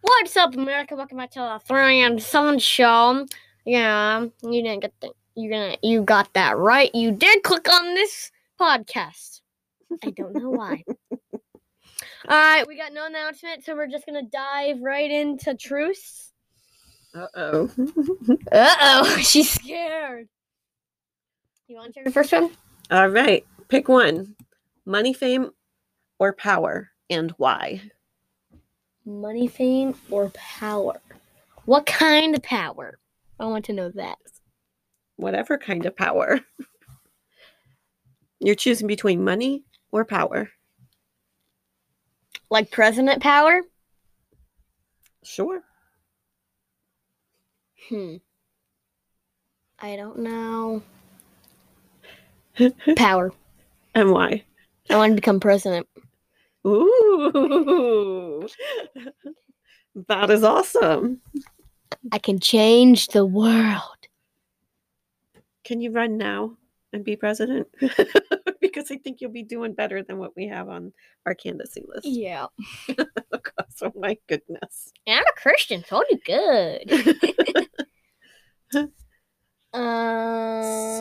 What's up, America? Welcome back to the Throwing and Seven Show. Yeah, you didn't get the you gonna you got that right. You did click on this podcast. I don't know why. All right, we got no announcement, so we're just gonna dive right into truths. Uh oh. Uh oh, she's scared. You want to hear the first one? All right. Pick one money, fame, or power, and why? Money, fame, or power? What kind of power? I want to know that. Whatever kind of power. You're choosing between money or power. Like president power? Sure. Hmm. I don't know. Power. And why? I want to become president. Ooh. that is awesome. I can change the world. Can you run now and be president? because I think you'll be doing better than what we have on our candidacy list. Yeah. oh my goodness. And I'm a Christian, so I'll do good. um,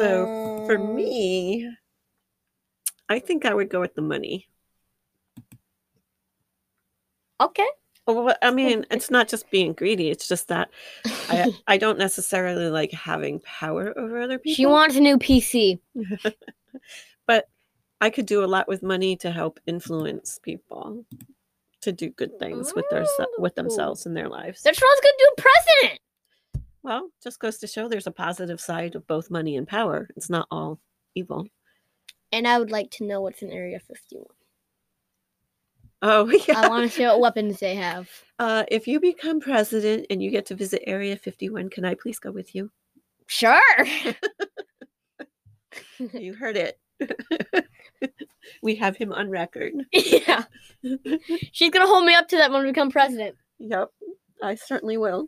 For me, I think I would go with the money. Okay. Well, Oh, I mean, it's not just being greedy. It's just that I, I don't necessarily like having power over other people. she wants a new PC. I could do a lot with money to help influence people to do good things with their se- with Ooh. themselves and their lives. That's what I was going to do president. Well, just goes to show there's a positive side of both money and power. It's not all evil. And I would like to know what's in Area 51. Oh yeah. I want to see what weapons they have. uh, if you become president and you get to visit Area 51, can I please go with you? Sure. You heard it. we have him on record. yeah. She's going to hold me up to that when we become president. Yep, I certainly will.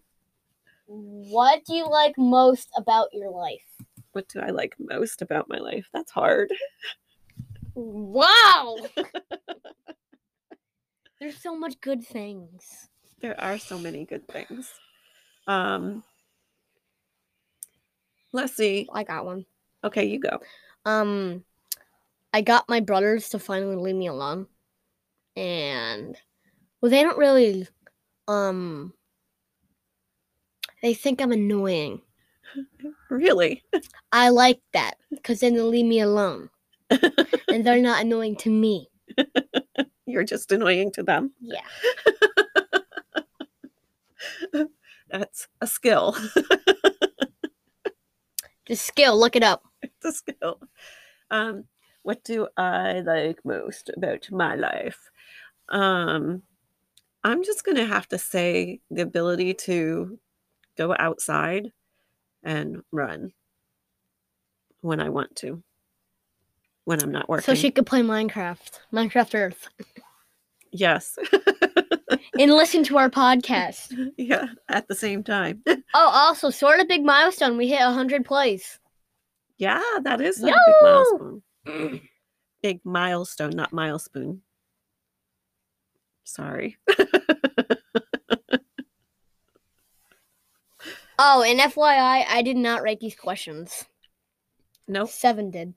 What do you like most about your life? What do I like most about my life? That's hard. Wow. There's so much good things. There are so many good things. Um, let's see. I got one. Okay, you go. Um, I got my brothers to finally leave me alone, and well, they don't really. Um, they think I'm annoying. Really? I like that because then they leave me alone, and they're not annoying to me. You're just annoying to them. Yeah, That's a skill. the skill. Look it up. it's a skill. Um, what do I like most about my life? Um, I'm just gonna have to say the ability to go outside and run when I want to, when I'm not working. So she could play Minecraft, Minecraft Earth, yes, and listen to our podcast. yeah, at the same time. Oh, also, sort of big milestone. We hit 100 plays. yeah, that is a Yo! big milestone. Oh, big milestone, not milespoon. Sorry. Oh, and FYI, I did not write these questions. Nope. Seven did.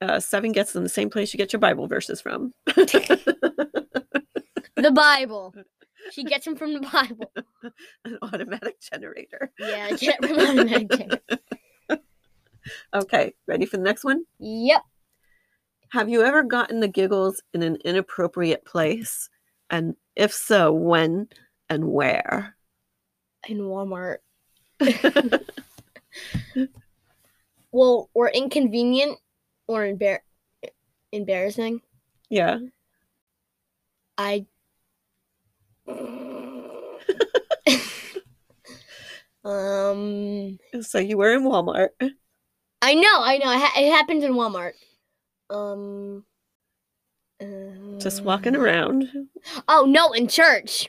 uh, seven gets them the same place you get your Bible verses from. The Bible. She gets them from the Bible. An automatic generator. Yeah, I get from automatic generator. Okay, ready for the next one? Yep. Have you ever gotten the giggles in an inappropriate place? And if so, when and where? In Walmart. well, or inconvenient or embar- embarrassing. Yeah. I. um. So you were in Walmart. I know, I know. It, ha- it happens in Walmart. Um. Just walking um, around. Oh no, in church.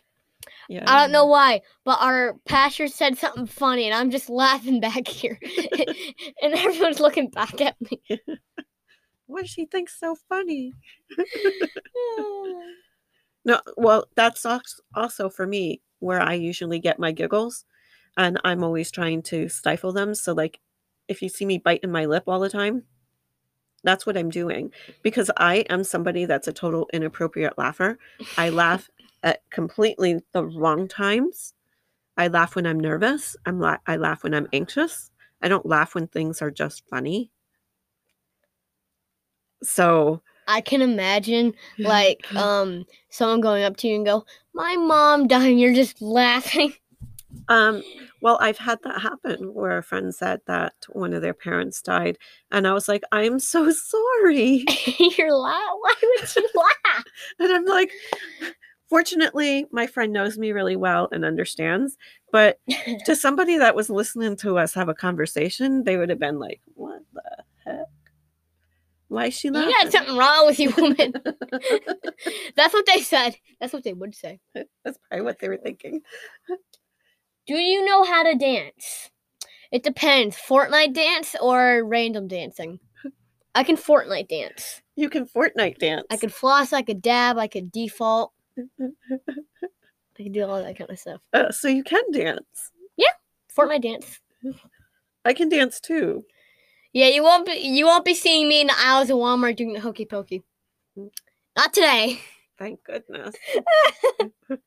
Yeah. I don't know why, but our pastor said something funny, and I'm just laughing back here, and everyone's looking back at me. What does she think so funny? No, well, that's als- also for me where I usually get my giggles, and I'm always trying to stifle them. So, like, if you see me biting my lip all the time, that's what I'm doing because I am somebody that's a total inappropriate laugher. I laugh at completely the wrong times. I laugh when I'm nervous. I'm la- I laugh when I'm anxious. I don't laugh when things are just funny. So, I can imagine like um someone going up to you and go, "My mom died," and you're just laughing. Um, well, I've had that happen where a friend said that one of their parents died, and I was like, I'm so sorry. you're laugh. Why would you laugh? And I'm like, fortunately, my friend knows me really well and understands. But to somebody that was listening to us have a conversation, they would have been like, What the heck? Why is she laughing? You got something wrong with you, woman. That's what they said. That's what they would say. That's probably what they were thinking. Do you know how to dance? It depends. Fortnite dance or random dancing. I can Fortnite dance. You can Fortnite dance. I could floss. I could dab. I could default. I could do all that kind of stuff. Uh, so you can dance. Fortnite dance. I can dance too. Yeah, you won't be you won't be seeing me in the aisles of Walmart doing the hokey pokey. Not today. Thank goodness. I-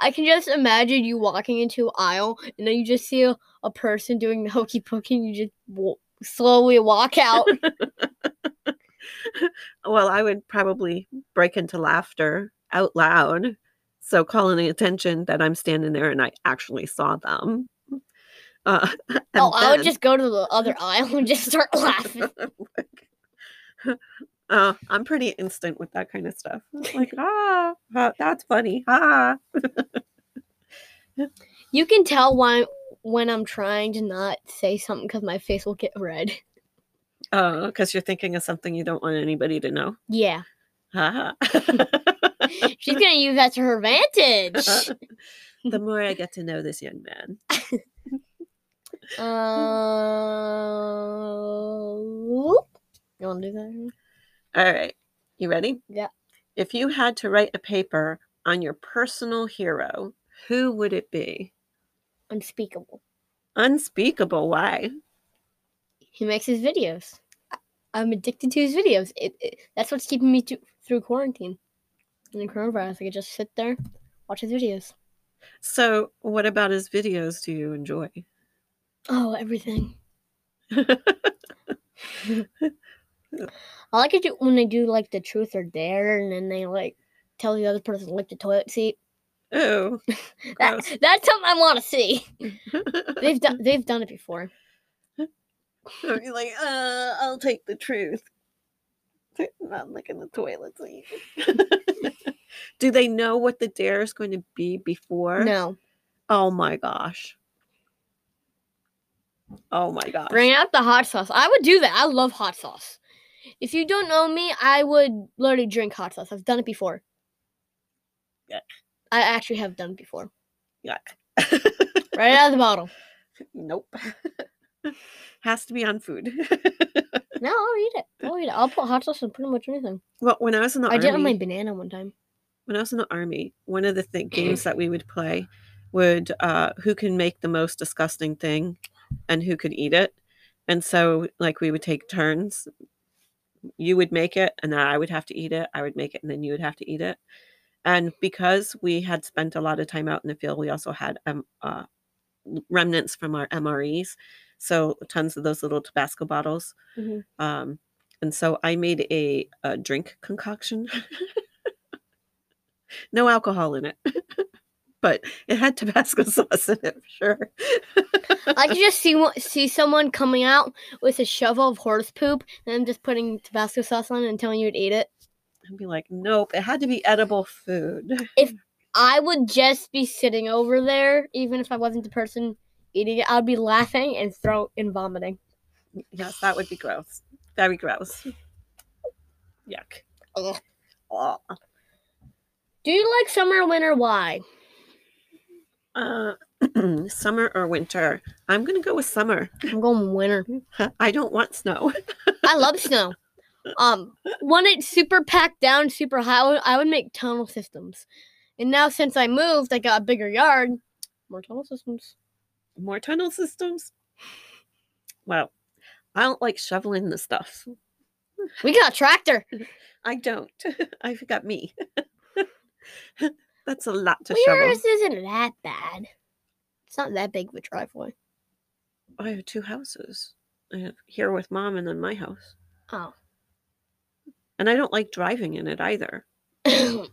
I can just imagine you walking into an aisle and then you just see a, a person doing the hokey pokey and you just w- slowly walk out. Well, I would probably break into laughter out loud. So calling the attention that I'm standing there and I actually saw them. Uh, and oh, I would then- just go to the other aisle and just start laughing. Uh, I'm pretty instant with that kind of stuff. It's Like, ah, ah, that's funny. Ah. You can tell why when I'm trying to not say something because my face will get red. Oh, because you're thinking of something you don't want anybody to know. Yeah, Ah. she's gonna use that to her advantage. the more I get to know this young man. Uh, whoop. you want to do that? All right. You ready? Yeah. If you had to write a paper on your personal hero, who would it be? Unspeakable. Unspeakable. Why? He makes his videos. I- I'm addicted to his videos. It, it that's what's keeping me to, through quarantine. And the coronavirus, I could just sit there, watch his videos. So, what about his videos do you enjoy? Oh, everything. I like it when they do like the truth or dare, and then they like tell the other person to lick the toilet seat. Oh, That, gross. that's something I want to see. They've done they've done it before. Or you're like, uh, I'll take the truth. Not looking the toilet seat. do they know what the dare is going to be before? No, Oh my gosh. Oh my gosh. bring out the hot sauce. I would do that. I love hot sauce. If you don't know me, I would literally drink hot sauce. I've done it before. Yuck. I actually have done it before. Yuck. Right out of the bottle. Nope. Has to be on food. No, I'll eat it. I'll eat it. I'll put hot sauce on pretty much anything. well, when I was in the I army, did it on my banana one time. when I was in the army, one of the th- games that we would play would uh, who can make the most disgusting thing, and who could eat it. And so, like, we would take turns. You would make it, and then I would have to eat it. I would make it, and then you would have to eat it. And because we had spent a lot of time out in the field, we also had um, uh, remnants from our MREs, so tons of those little Tabasco bottles. Mhm. Um, and so I made a, a drink concoction, no alcohol in it, but it had Tabasco sauce in it for sure. I could just see one- see someone coming out with a shovel of horse poop and then just putting Tabasco sauce on it and telling you to eat it. I'd be like, nope, it had to be edible food. I would just be sitting over there, even if I wasn't the person eating it. I'd be laughing and throw and vomiting. Yes, that would be gross. Very gross. Yuck. Ugh. Ugh. Do you like summer or winter? Why? Uh, summer or winter? I'm gonna go with summer. I'm going winter. I don't want snow. I love snow. Um, when it's super packed down, super high, I would, I would make tunnel systems. And now since I moved, I got a bigger yard, more tunnel systems. More tunnel systems. Well, I don't like shoveling the stuff. We got a tractor. I don't. I've got me. That's a lot to shovel. Yours isn't that bad. It's not that big of a driveway. I have two houses. I have here with mom and then my house. Oh. And I don't like driving in it either. Mm,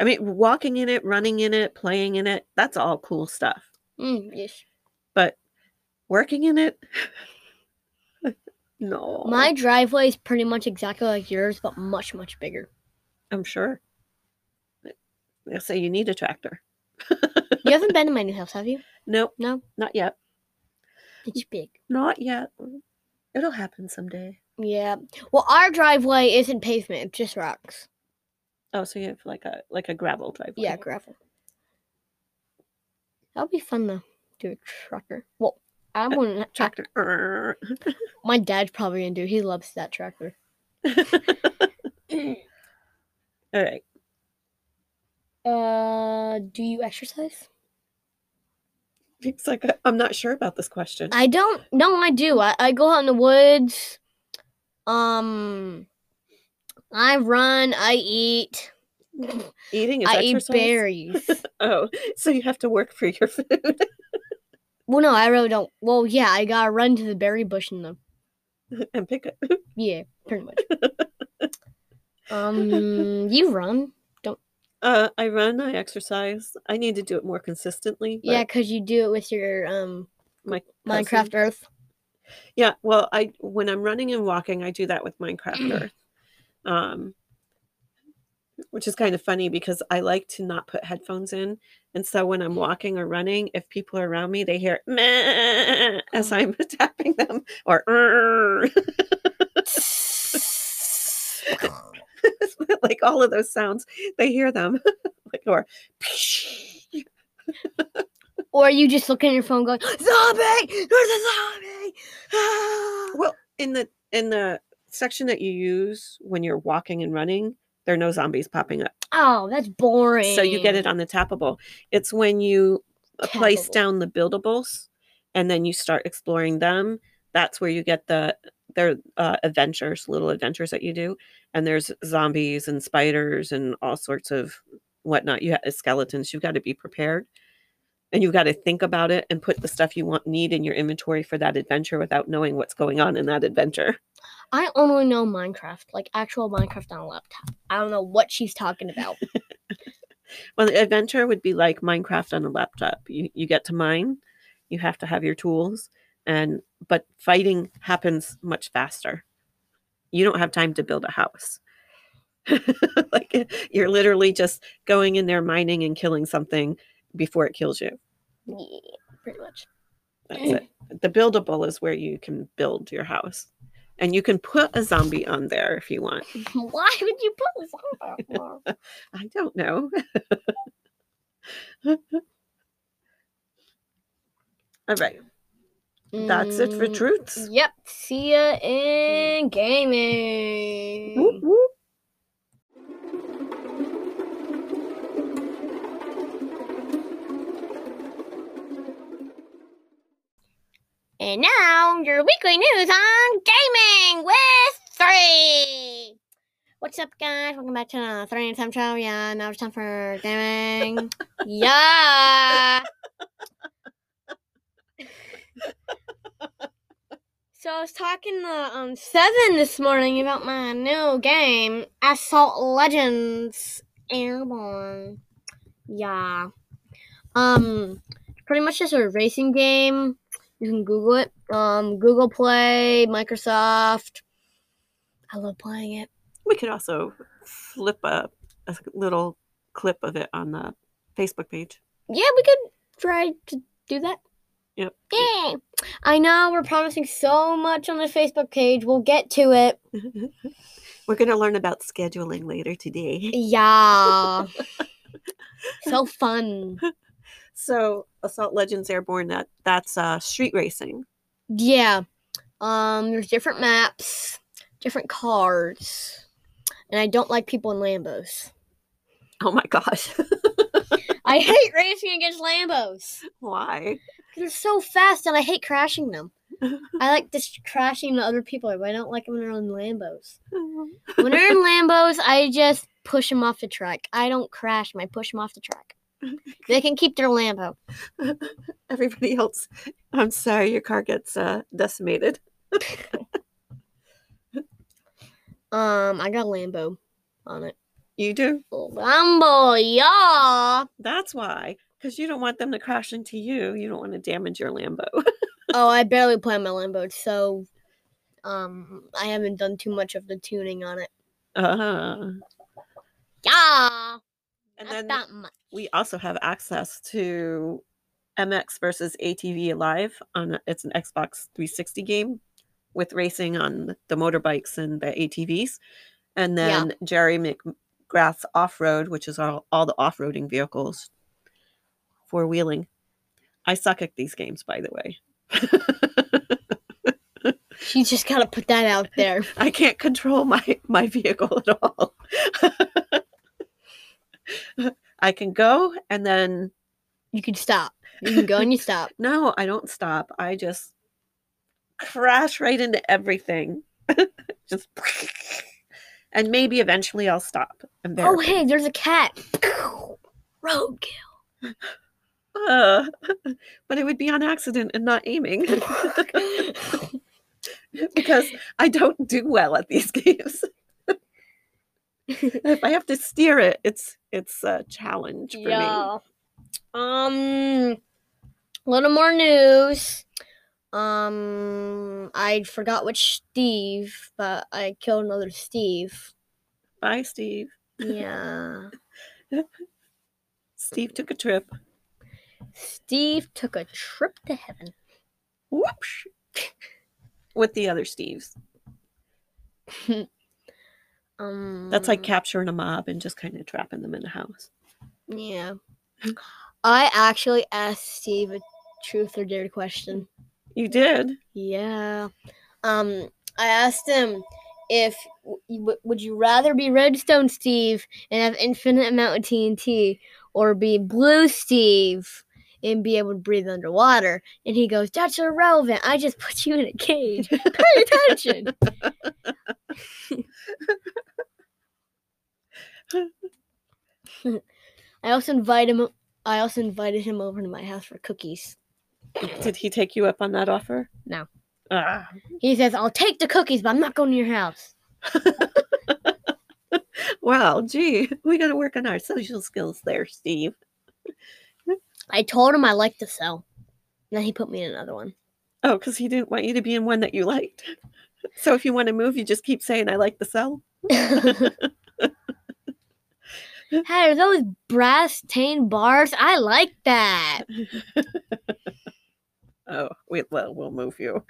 I mean, walking in it, running in it, playing in it, that's all cool stuff. Mm, yes. But working in it, no. My driveway is pretty much exactly like yours, but much, much bigger. I'm sure. They'll say you need a tractor. You haven't been to my new house, have you? Nope, No? not yet. It's big. Not yet. It'll happen someday. Yeah. Well, our driveway isn't pavement, it's just rocks. Oh, so you have like a like a gravel driveway. Yeah, gravel. That'll be fun though. Do a trucker. Well, I'm gonna. tractor. Err. My dad's probably gonna do. He loves that tractor. All right. Uh, do you exercise? It's like I- I'm not sure about this question. I don't. No, I do. I, I go out in the woods. Um, I run. I eat. Eating is I exercise. eat berries. Oh, so you have to work for your food. well, no, I really don't. Well, yeah, I gotta run to the berry bush in the and pick it. yeah, pretty much. um, you run. Uh, I run. I exercise. I need to do it more consistently. but Yeah, 'cause you do it with your um my cousin- Minecraft Earth. Yeah, well, I when I'm running and walking, I do that with Minecraft Earth, um, which is kind of funny because I like to not put headphones in, and so when I'm walking or running, if people are around me, they hear meh as Oh. I'm tapping them or "Err," like all of those sounds, they hear them, like or or you just look at your phone going, Zombie! There's a zombie! Ah!" well in the in the section that you use when you're walking and running, there are no zombies popping up. oh, that's boring. So you get it on the tappable. It's when you uh, place Tappable. down the buildables and then you start exploring them. That's where you get the their uh, adventures, little adventures that you do. And there's zombies and spiders and all sorts of whatnot. You have skeletons. You've got to be prepared, and you've got to think about it and put the stuff you want need in your inventory for that adventure without knowing what's going on in that adventure. I only know Minecraft, like actual Minecraft on a laptop. I don't know what she's talking about. Well, the adventure would be like Minecraft on a laptop. You you get to mine, you have to have your tools, and but fighting happens much faster. You don't have time to build a house. like you're literally just going in there mining and killing something before it kills you. yeah, pretty much. That's Mm. it. The buildable is where you can build your house. And you can put a zombie on there if you want. Why would you put a zombie on there? I don't know. All right. That's it for Mm, truths. Yep. See ya in gaming. Whoop, whoop. And now your weekly news on gaming with three. What's up, guys? Welcome back to the three and time show. Yeah, now it's time for gaming. yeah. so I was talking to um seven this morning about my new game, Assault Legends Airborne. Yeah. Um, pretty much just a racing game you can Google it. Um, Google Play, Microsoft. I love playing it. We could also flip a, a little clip of it on the Facebook page. Yeah, we could try to do that. Yep. Yeah. I know we're promising so much on the Facebook page. We'll get to it. We're going to learn about scheduling later today. Yeah. so fun. So, Assault Legends Airborne, that, that's uh, street racing. Yeah. Um, there's different maps, different cars, and I don't like people in Lambos. Oh my gosh. I hate racing against Lambos. Why? They're so fast, and I hate crashing them. I like just crashing the other people, but I don't like when they're in Lambos. When they're in Lambos, I just push them off the track. I don't crash them. I push them off the track. They can keep their Lambo. Everybody else, I'm sorry, your car gets uh, decimated. Um, I got a Lambo on it. You do? Lambo, y'all. That's why. Because you don't want them to crash into you. You don't want to damage your Lambo. Oh, I barely play my Lambo, so um, I haven't done too much of the tuning on it. uh, Yeah, and not then that much. we also have access to MX versus ATV Live on it's an Xbox 360 game with racing on the motorbikes and the ATVs, and Yeah. then Jerry McGrath's Off Road, which is all, all the off roading vehicles for wheeling. I suck at these games, by the way. You just gotta put that out there. I can't control my my vehicle at all. I can go and then You can stop. You can go and you stop. No, I don't stop. I just crash right into everything. just and maybe eventually I'll stop. And there. Oh, hey, there's a cat. Rogue. Uh, but it would be on accident and not aiming because I don't do well at these games. if I have to steer it, it's it's a challenge for me. Yeah. Um, little more news. Um, I forgot which Steve, but I killed another Steve. Bye, Steve. Yeah. Steve took a trip. Steve took a trip to heaven. Whoosh. With the other Steves. Um, That's like capturing a mob and just kind of trapping them in the house. Yeah. I actually asked Steve a truth or dare question. You did. Yeah. Um, I asked him if w- you w- would you rather be Redstone Steve and have infinite amount of TNT, or be Blue Steve and be able to breathe underwater? And he goes, "That's irrelevant. I just put you in a cage. Pay attention." I also invite him. I also invited him over to my house for cookies. Did he take you up on that offer? No. Ah, He says, "I'll take the cookies, but I'm not going to your house." well, gee, we got to work on our social skills there, Steve. I told him I liked the cell. And then he put me in another one. Oh, because he didn't want you to be in one that you liked. So if you want to move, you just keep saying, I like the cell. hey, are those brass tane bars? I like that. Oh, we, well, we'll move you.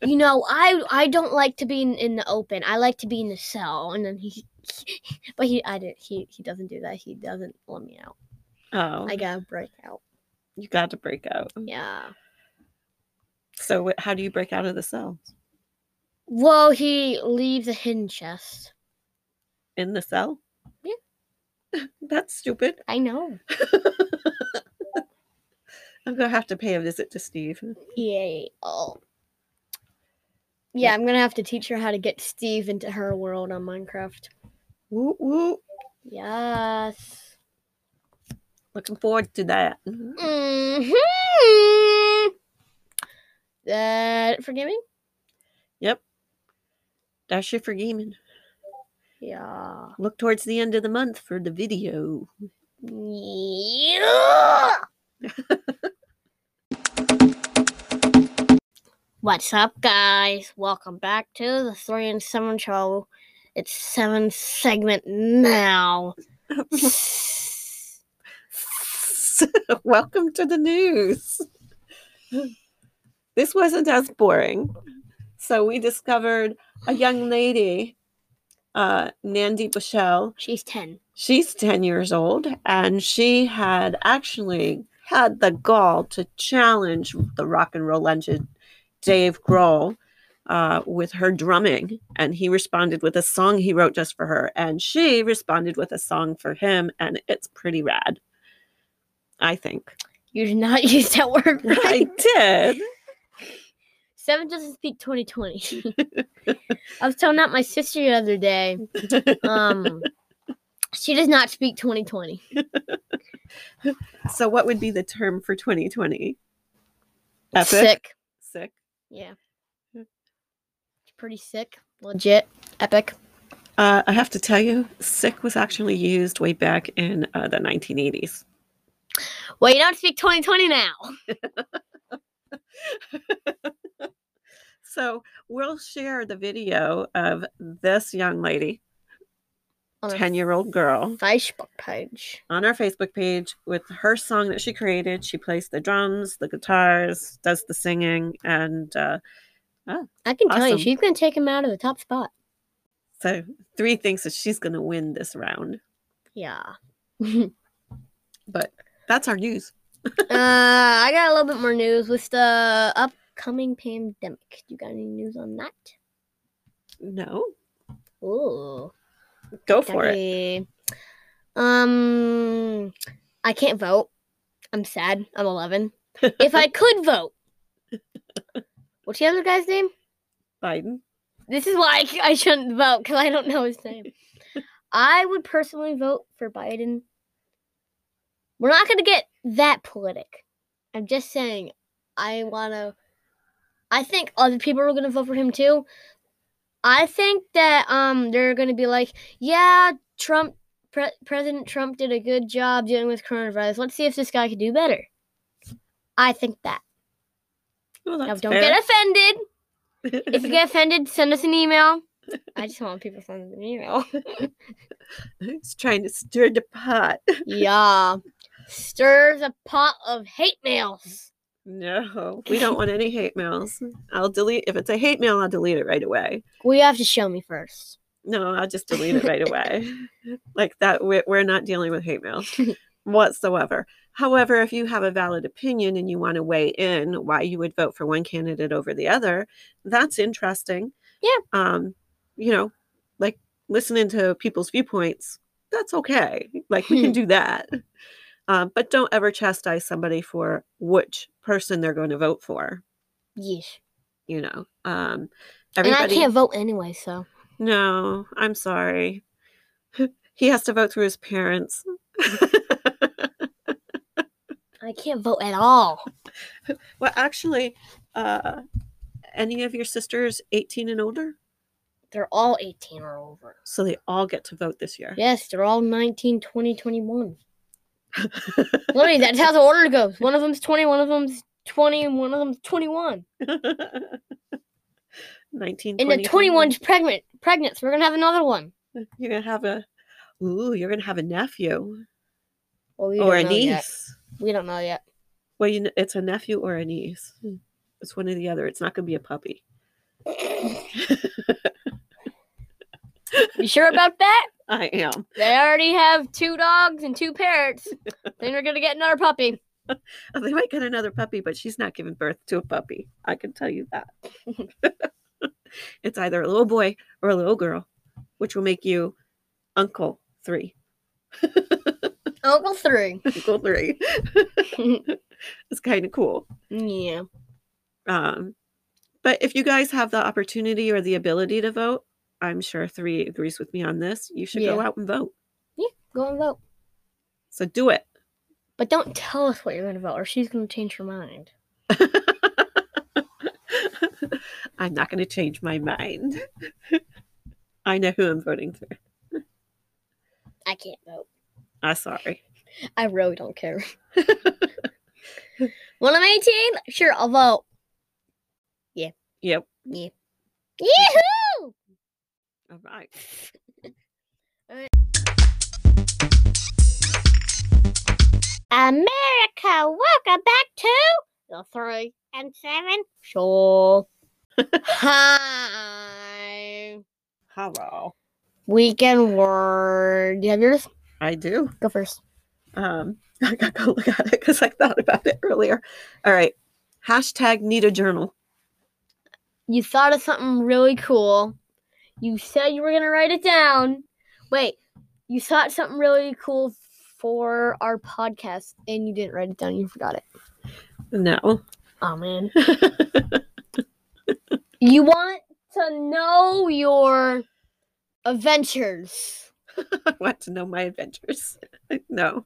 You know, I I don't like to be in, in the open. I like to be in the cell. And then he, but he I didn't he he doesn't do that. He doesn't let me out. Oh, I gotta break out. you got to break out. Yeah. So wh- how do you break out of the cell? Well, he leaves a hidden chest. In the cell? Yeah. That's stupid. I know. I'm going to have to pay a visit to Steve. Yay. Oh. Yeah, I'm gonna have to teach her how to get Steve into her world on Minecraft. Woo, woo. Yes. Looking forward to that. Mm-hmm. That it for gaming? Yep. That's it for gaming. Yeah. Look towards the end of the month for the video. yeah. What's up, guys? Welcome back to the three and seven show. It's seven segment now. Welcome to the news. This wasn't as boring. So we discovered a young lady, uh, Nandi Bushell. She's ten. She's 10 years old, and she had actually had the gall to challenge the rock and roll legend Dave Grohl uh, with her drumming, and he responded with a song he wrote just for her, and she responded with a song for him, and it's pretty rad. I think You did not use that word right. I did. Seven doesn't speak 2020. I was telling that my sister the other day. Um, she does not speak 2020. So, what would be the term for 2020? Epic. Sick. Sick. Yeah. It's pretty sick. Legit. Epic. Uh, I have to tell you, sick was actually used way back in uh, the 1980s. Well, you don't speak 2020 now. So we'll share the video of this young lady, On our 10 year old girl, Facebook page. on our Facebook page with her song that she created. She plays the drums, the guitars, does the singing, and uh, I can tell you, Awesome. she's going to take him out of the top spot. so three thinks that she's going to win this round. Yeah. But that's our news. uh, I got a little bit more news with the upcoming pandemic. You got any news on that? No, Ooh. go for it. Kentucky. Um, I can't vote. I'm sad. I'm 11. if I could vote, what's the other guy's name? Biden. This is why I c- I shouldn't vote because I don't know his name. I would personally vote for Biden. We're not going to get that politic. I'm just saying, I want to. I think other people are going to vote for him too. I think that um they're going to be like, yeah, Trump, Pre- President Trump did a good job dealing with coronavirus. Let's see if this guy could do better. I think that. Well, Now, that's don't fair. get offended if you get offended, send us an email. I just want people to send us an email. He's trying to stir the pot. yeah. Stirs a pot of hate mails. No, we don't want any hate mails. I'll delete if it's a hate mail. I'll delete it right away. Well, you have to show me first. No, I'll just delete it right away. like that, we're, we're not dealing with hate mail whatsoever. However, if you have a valid opinion and you want to weigh in why you would vote for one candidate over the other, that's interesting. Yeah. Um, you know, like listening to people's viewpoints, that's okay. Like we can do that. Um, but don't ever chastise somebody for which person they're going to vote for. Yes. You know, um, And I can't vote anyway, so. no, I'm sorry. He has to vote through his parents. I can't vote at all. well, actually, uh, any of your sisters 18 and older? They're all 18 or over. So they all get to vote this year. Yes, they're all 19, 20, 21. Literally, that's how the order goes. One of them's 20, one of them's 20, and one of them's 21. 19. And the 21. 21's pregnant, pregnant, so we're going to have another one. You're gonna have a, ooh, you're gonna have a nephew Well, we or a don't know niece. Yet. We don't know yet. Well, you know, it's a nephew or a niece. It's one or the other. It's not gonna be a puppy. You sure about that? I am. They already have two dogs and two parrots. then they're gonna get another puppy. Oh, they might get another puppy, but she's not giving birth to a puppy. I can tell you that. it's either a little boy or a little girl, which will make you Uncle Three. Uncle three. Uncle Three. it's kind of cool. yeah. Um, but if you guys have the opportunity or the ability to vote, I'm sure Three agrees with me on this. You should go Yeah. out and vote. Go and vote. So do it. But don't tell us what you're gonna vote or she's gonna change her mind. I'm not going to change my mind. I know who I'm voting for. I can't vote. I'm sorry. I really don't care. when I'm 18, sure I'll vote. Yep. Yeah. Yahoo! All right. America, welcome back to the three and seven show. Hi. Hello. Weekend word. Do you have yours? I do. Go first. Um, I gotta go look at it because I thought about it earlier. All right. Hashtag need a journal. You thought of something really cool. You said you were going to write it down. Wait, you thought something really cool for our podcast and you didn't write it down. You forgot it. No. Oh, man. you want to know your adventures. I want to know my adventures. no.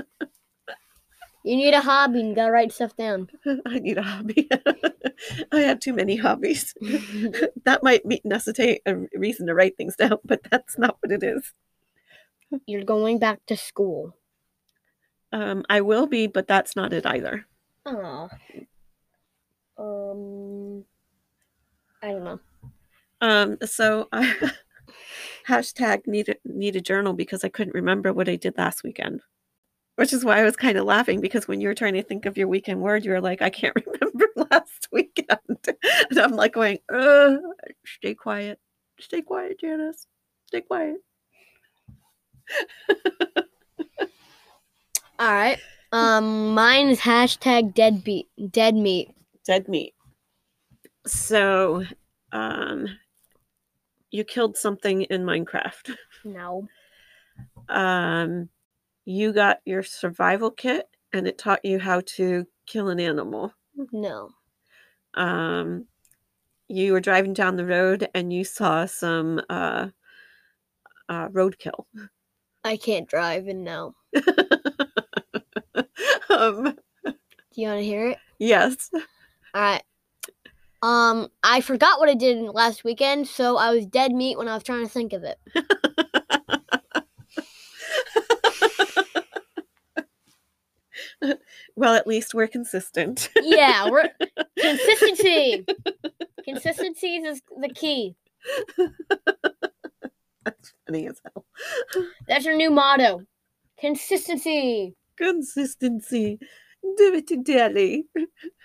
You need a hobby and you gotta write stuff down. I need a hobby. I have too many hobbies. that might be necessitate a reason to write things down, but that's not what it is. You're going back to school. Um, I will be, but that's not it either. Oh. Um I don't know. Um, so I hashtag need a, need a journal because I couldn't remember what I did last weekend, which is why I was kind of laughing because when you were trying to think of your weekend word, you were like, I can't remember last weekend, and I'm like going, uh, stay quiet, stay quiet, Janice, stay quiet. Alright. Um mine is hashtag dead beat dead meat. Dead meat. So, um, you killed something in Minecraft. No. um, you got your survival kit and it taught you how to kill an animal. No. Um, you were driving down the road and you saw some uh, uh, roadkill. I can't drive and no. um, Do you wanna hear it? yes. Alright. Um, I forgot what I did last weekend, so I was dead meat when I was trying to think of it. Well, at least we're consistent. Yeah, we're consistency. Consistency is the key. That's funny as hell. That's your new motto. Consistency. Consistency. Do it to daddy.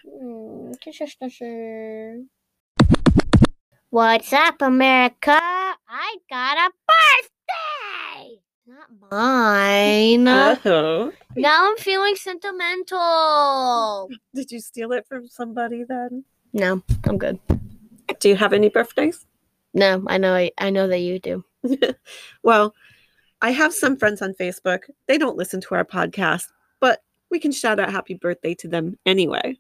Mm, Consistency. What's up, America? I got a birthday. Not mine. Uh-huh. now I'm feeling sentimental. Did you steal it from somebody then? No, I'm good. Do you have any birthdays? No, I know. I, I know that you do. Well, I have some friends on Facebook. They don't listen to our podcast, but we can shout out happy birthday to them anyway.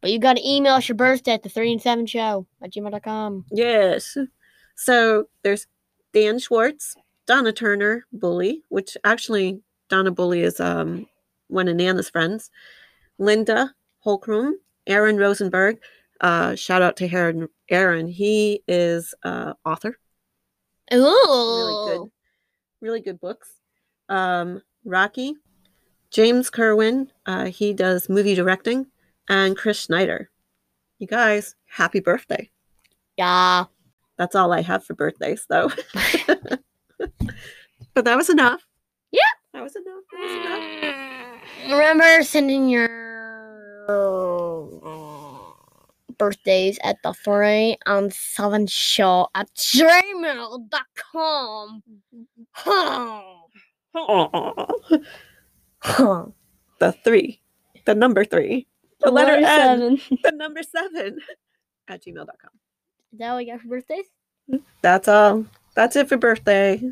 But you got to email us your birthday at the three and seven show at gmail.com. Yes. So there's Dan Schwartz, Donna Turner, Bully, which actually Donna Bully is um, one of Nana's friends, Linda Holcomb, Aaron Rosenberg. Uh, shout out to Aaron. Aaron, he is uh, author. Ooh. really Oh. good really good books um rocky james kerwin uh, he does movie directing and chris schneider you guys happy birthday Yeah. that's all i have for birthdays though but that was enough Yeah. that was enough that was enough Mm. Remember sending your birthdays at the three on seven show at gmail.com. Aw. the three the number three the letter N, the number seven at gmail.com Is that what you got for birthdays? that's all that's it for birthday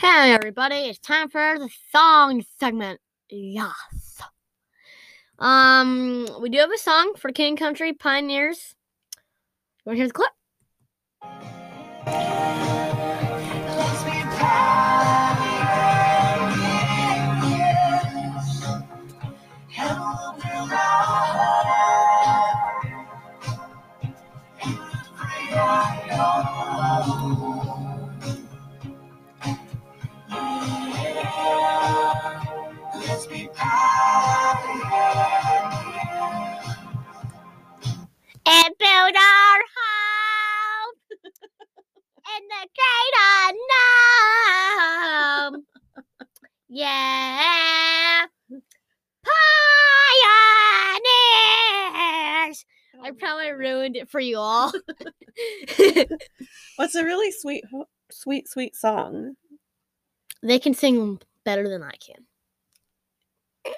Hey everybody, it's time for the song segment. Yes. Um, we do have a song for King Country Pioneers. You want to hear the clip? and build our home in the great unknown. Yeah, pioneers. I probably ruined it for you all. Well, it's a really sweet, ho- sweet, sweet song. they can sing better than I can.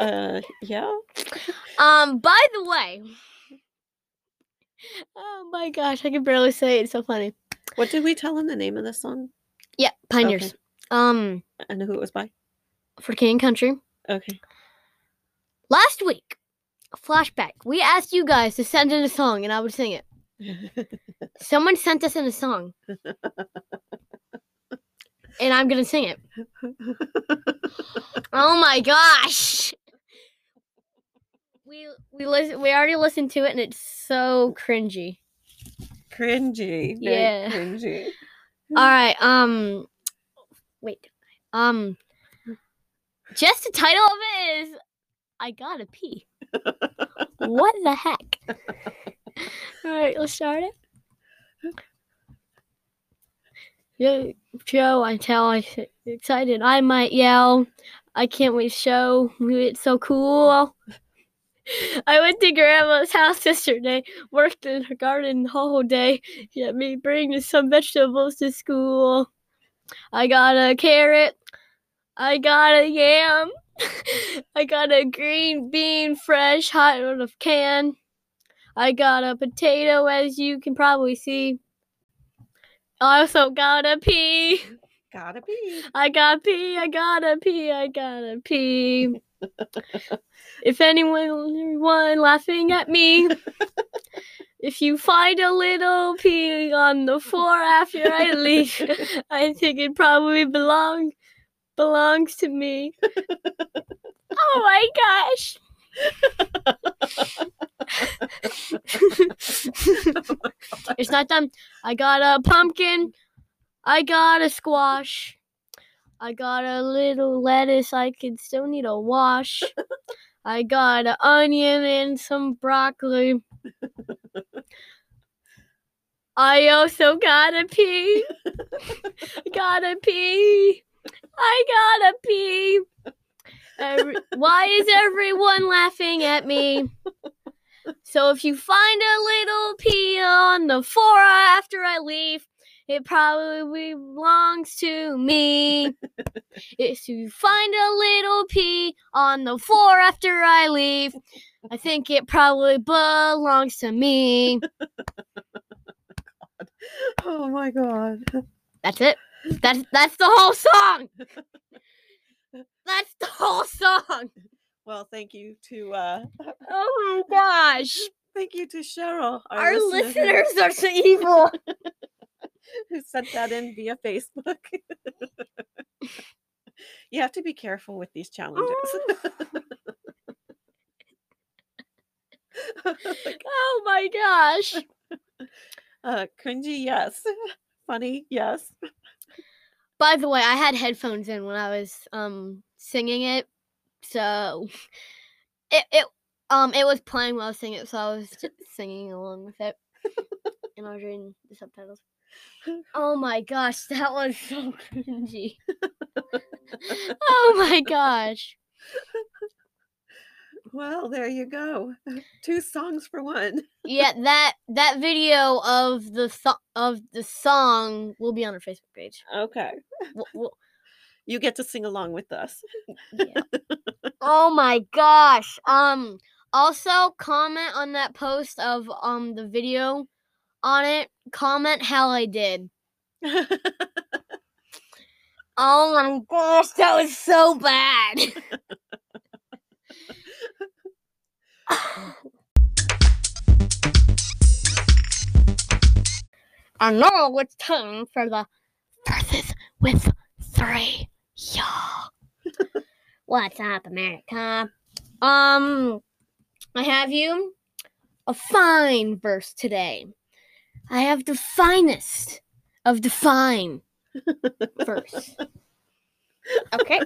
Uh, yeah. Um, by the way. Oh my gosh, I can barely say it. It's so funny. What did we tell him the name of the song Yeah, Pioneers. Okay. Um, and who it was by? for King and Country. Okay. Last week, flashback, we asked you guys to send in a song and I would sing it. Someone sent us in a song. and I'm going to sing it. Oh my gosh. We we listen, we already listened to it and it's so cringy. cringy. Very Yeah. Cringy. All right, um wait. Um just the title of it is I got to pee. what the heck? All right, let's start it. Yo, Joe, I tell I'm excited. I might yell. I can't wait to show. It's so cool. I went to grandma's house yesterday, worked in her garden the whole day. She had me bring some vegetables to school. I got a carrot. I got a yam. I got a green bean fresh hot out of can. I got a potato as you can probably see. I also got a pea. Gotta be. I got pee, I gotta pee, I gotta pee. if anyone anyone laughing at me, if you find a little pee on the floor after I leave, I think it probably belong belongs to me. oh my gosh. it's not done. I got a pumpkin. I got a squash. I got a little lettuce I could still need a wash. I got an onion and some broccoli. I also got a pea. got a pea. I got a pea. Every- why is everyone laughing at me? So if you find a little pea on the floor after I leave, it probably belongs to me. if you find a little pea on the floor after I leave, I think it probably belongs to me. Oh my god. That's it. That's that's the whole song. That's the whole song. Well, thank you to uh Oh my gosh. thank you to Cheryl, our, Our listener who- listeners are so evil. who sent that in via Facebook. you have to be careful with these challenges. Oh my gosh. uh cringy, yes. Funny, yes. By the way, I had headphones in when I was um singing it, so it it um it was playing while I was singing it, so I was just singing along with it, and I was reading the subtitles. Oh my gosh, that was so cringy. oh my gosh. Well, there you go. Two songs for one. Yeah, that that video of the so- of the song will be on our Facebook page. Okay. We'll- we'll- You get to sing along with us. Yeah. oh my gosh. Um also comment on that post of um the video on it. Comment how I did. Oh my gosh, that was so bad. and now it's time for the verses with three. Yeah. What's up, America? Um, I have you a fine verse today. I have the finest of the fine verse. Okay.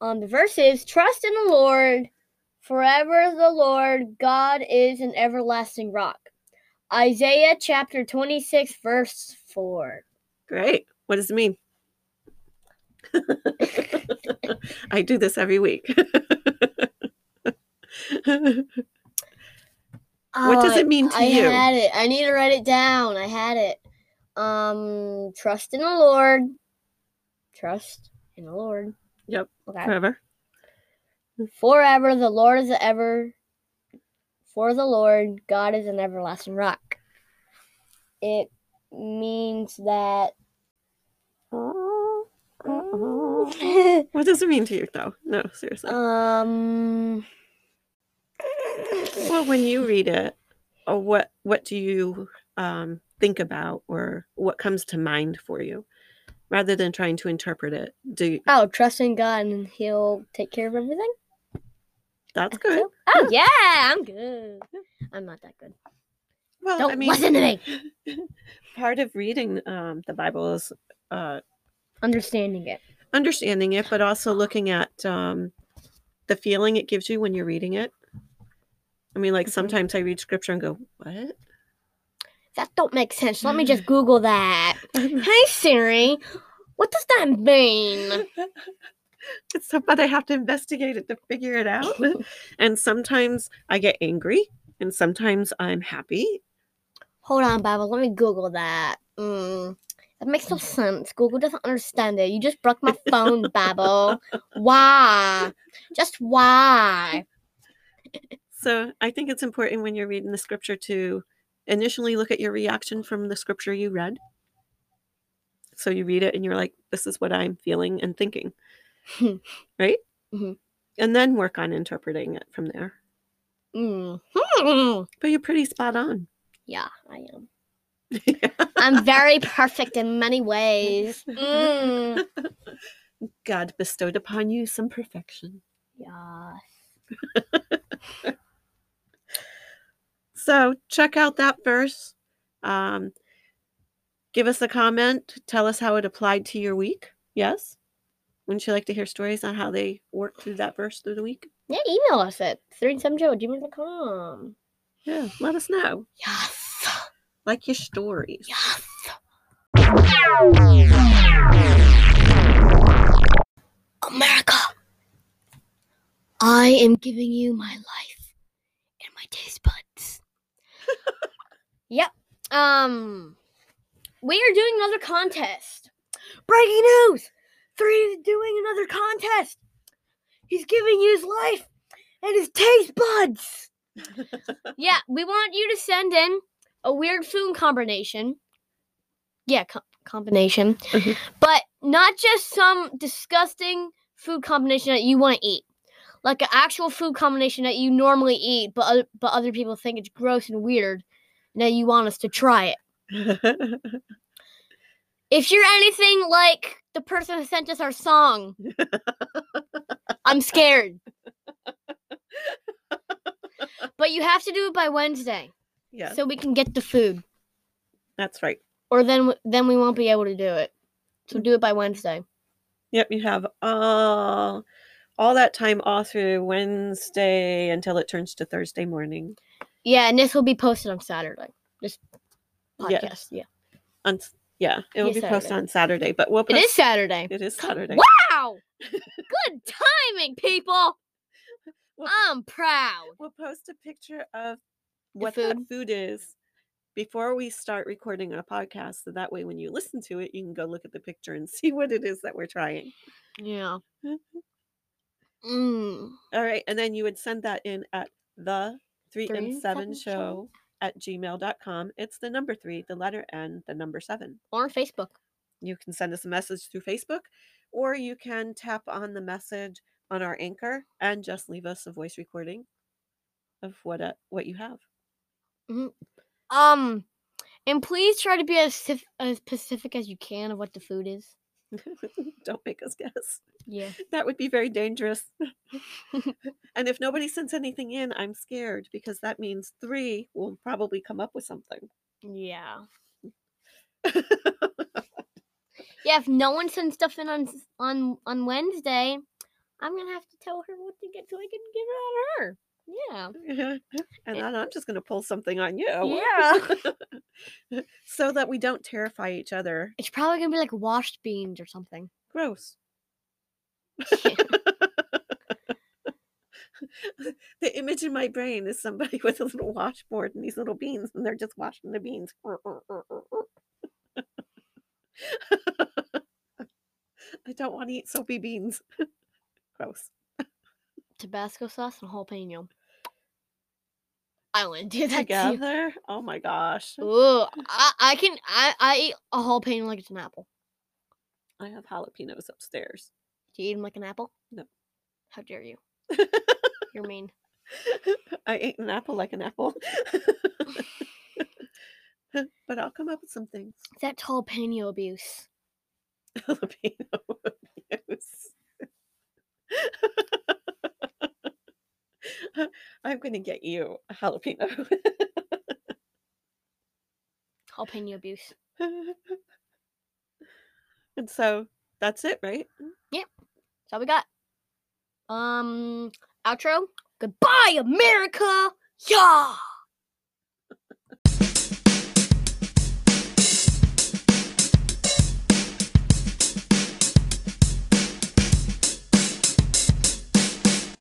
Um, the verse is Trust in the Lord, forever the Lord, God is an everlasting rock. Isaiah chapter 26, verse 4. Great. What does it mean? I do this every week. what does Uh, it mean to I you? had it. I need to write it down. I had it. Um, trust in the Lord. Trust in the Lord. Yep. Okay. Forever. Forever the Lord is ever for the Lord God is an everlasting rock. It means that um, Oh, oh, oh. What does it mean to you? No, no, seriously. um well, when you read it, uh, what what do you um, think about, or what comes to mind for you, rather than trying to interpret it? Do you, oh, trust in God and he'll take care of everything. that's I good. feel- Oh yeah, I'm good. I'm not that good. Well, Don't I mean, listen to me. part of reading um, the Bible is uh, Understanding it. understanding it, but also looking at um, the feeling it gives you when you're reading it. I mean, like Mhm. sometimes I read scripture and go, "What?" That don't make sense. Let me just Google that. Hey Siri, what does that mean? it's so but I have to investigate it to figure it out. and sometimes I get angry and sometimes I'm happy. Hold on, Bible. Let me Google that. Mm, that makes no sense. Google doesn't understand it. You just broke my phone, Bible. Why? Just why? So I think it's important when you're reading the scripture to initially look at your reaction from the scripture you read. So you read it and you're like, this is what I'm feeling and thinking. Hmm. right? Mm-hmm. Mhm. And then work on interpreting it from there. hmm But you're pretty spot on. Yeah, I am. I'm very perfect in many ways. Mm. God bestowed upon you some perfection. Yeah. So check out that verse. Um, give us a comment. Tell us how it applied to your week. Yes. Wouldn't you like to hear stories on how they work through that verse through the week? Yeah, email us at 37joe at gmail.com. Yeah. Let us know. Yes. Like your stories. Yes. America, I am giving you my life and my taste buds. yep. Um, we are doing another contest. Breaking news! Three is doing another contest. He's giving you his life and his taste buds. yeah, we want you to send in a weird food combination. Yeah, co- combination. Mhm. But not just some disgusting food combination that you want to eat. Like an actual food combination that you normally eat, but other, but other people think it's gross and weird, and that you want us to try it. If you're anything like the person who sent us our song, I'm scared. but you have to do it by Wednesday, yeah. so we can get the food. that's right. or then w- then we won't be able to do it. So do it by Wednesday. Yep. You have all all that time all through Wednesday until it turns to Thursday morning. Yeah, and this will be posted on Saturday. This Yeah. podcast. Yeah, On s- yeah, it will Yeah, be posted Saturday. on Saturday, but we'll it post, is Saturday. It is Saturday. Wow! Good timing, people. We'll- I'm proud. We'll post a picture of what that food. food is before we start recording a podcast. So that way, when you listen to it, you can go look at the picture and see what it is that we're trying. Yeah. Mm. All right. And then you would send that in at the three, Three and and seven seven show at gmail.com. It's the number three, the letter N, the number seven. Or on Facebook. You can send us a message through Facebook or you can tap on the message on our anchor and just leave us a voice recording of what uh, what you have. Um, and please try to be as sif- as specific as you can of what the food is. Don't make us guess. Yeah. That would be very dangerous. and if nobody sends anything in, I'm scared because that means three will probably come up with something. Yeah. Yeah, if no one sends stuff in on s- on on Wednesday, I'm gonna have to tell her what to get so I can give it on her. Yeah. and Eh. then I'm just going to pull something on you. Yeah. so that we don't terrify each other. It's probably gonna be like washed beans or something. Gross. The image in my brain is somebody with a little washboard and these little beans, and they're just washing the beans. I don't want to eat soapy beans. Gross. Tabasco sauce and jalapeno. I wouldn't do that to you. together. Oh my gosh. Ooh, I, I can I, I eat a jalapeno like it's an apple. I have jalapenos upstairs. Do you eat them like an apple? No. How dare you? You're mean. I ate an apple like an apple. but I'll come up with some things. That's jalapeno abuse. Filipino abuse. I'm going to get you a jalapeno. Jalapeno abuse. and so that's it, right? That's all we got. Um, outro. Goodbye, America. Yeah.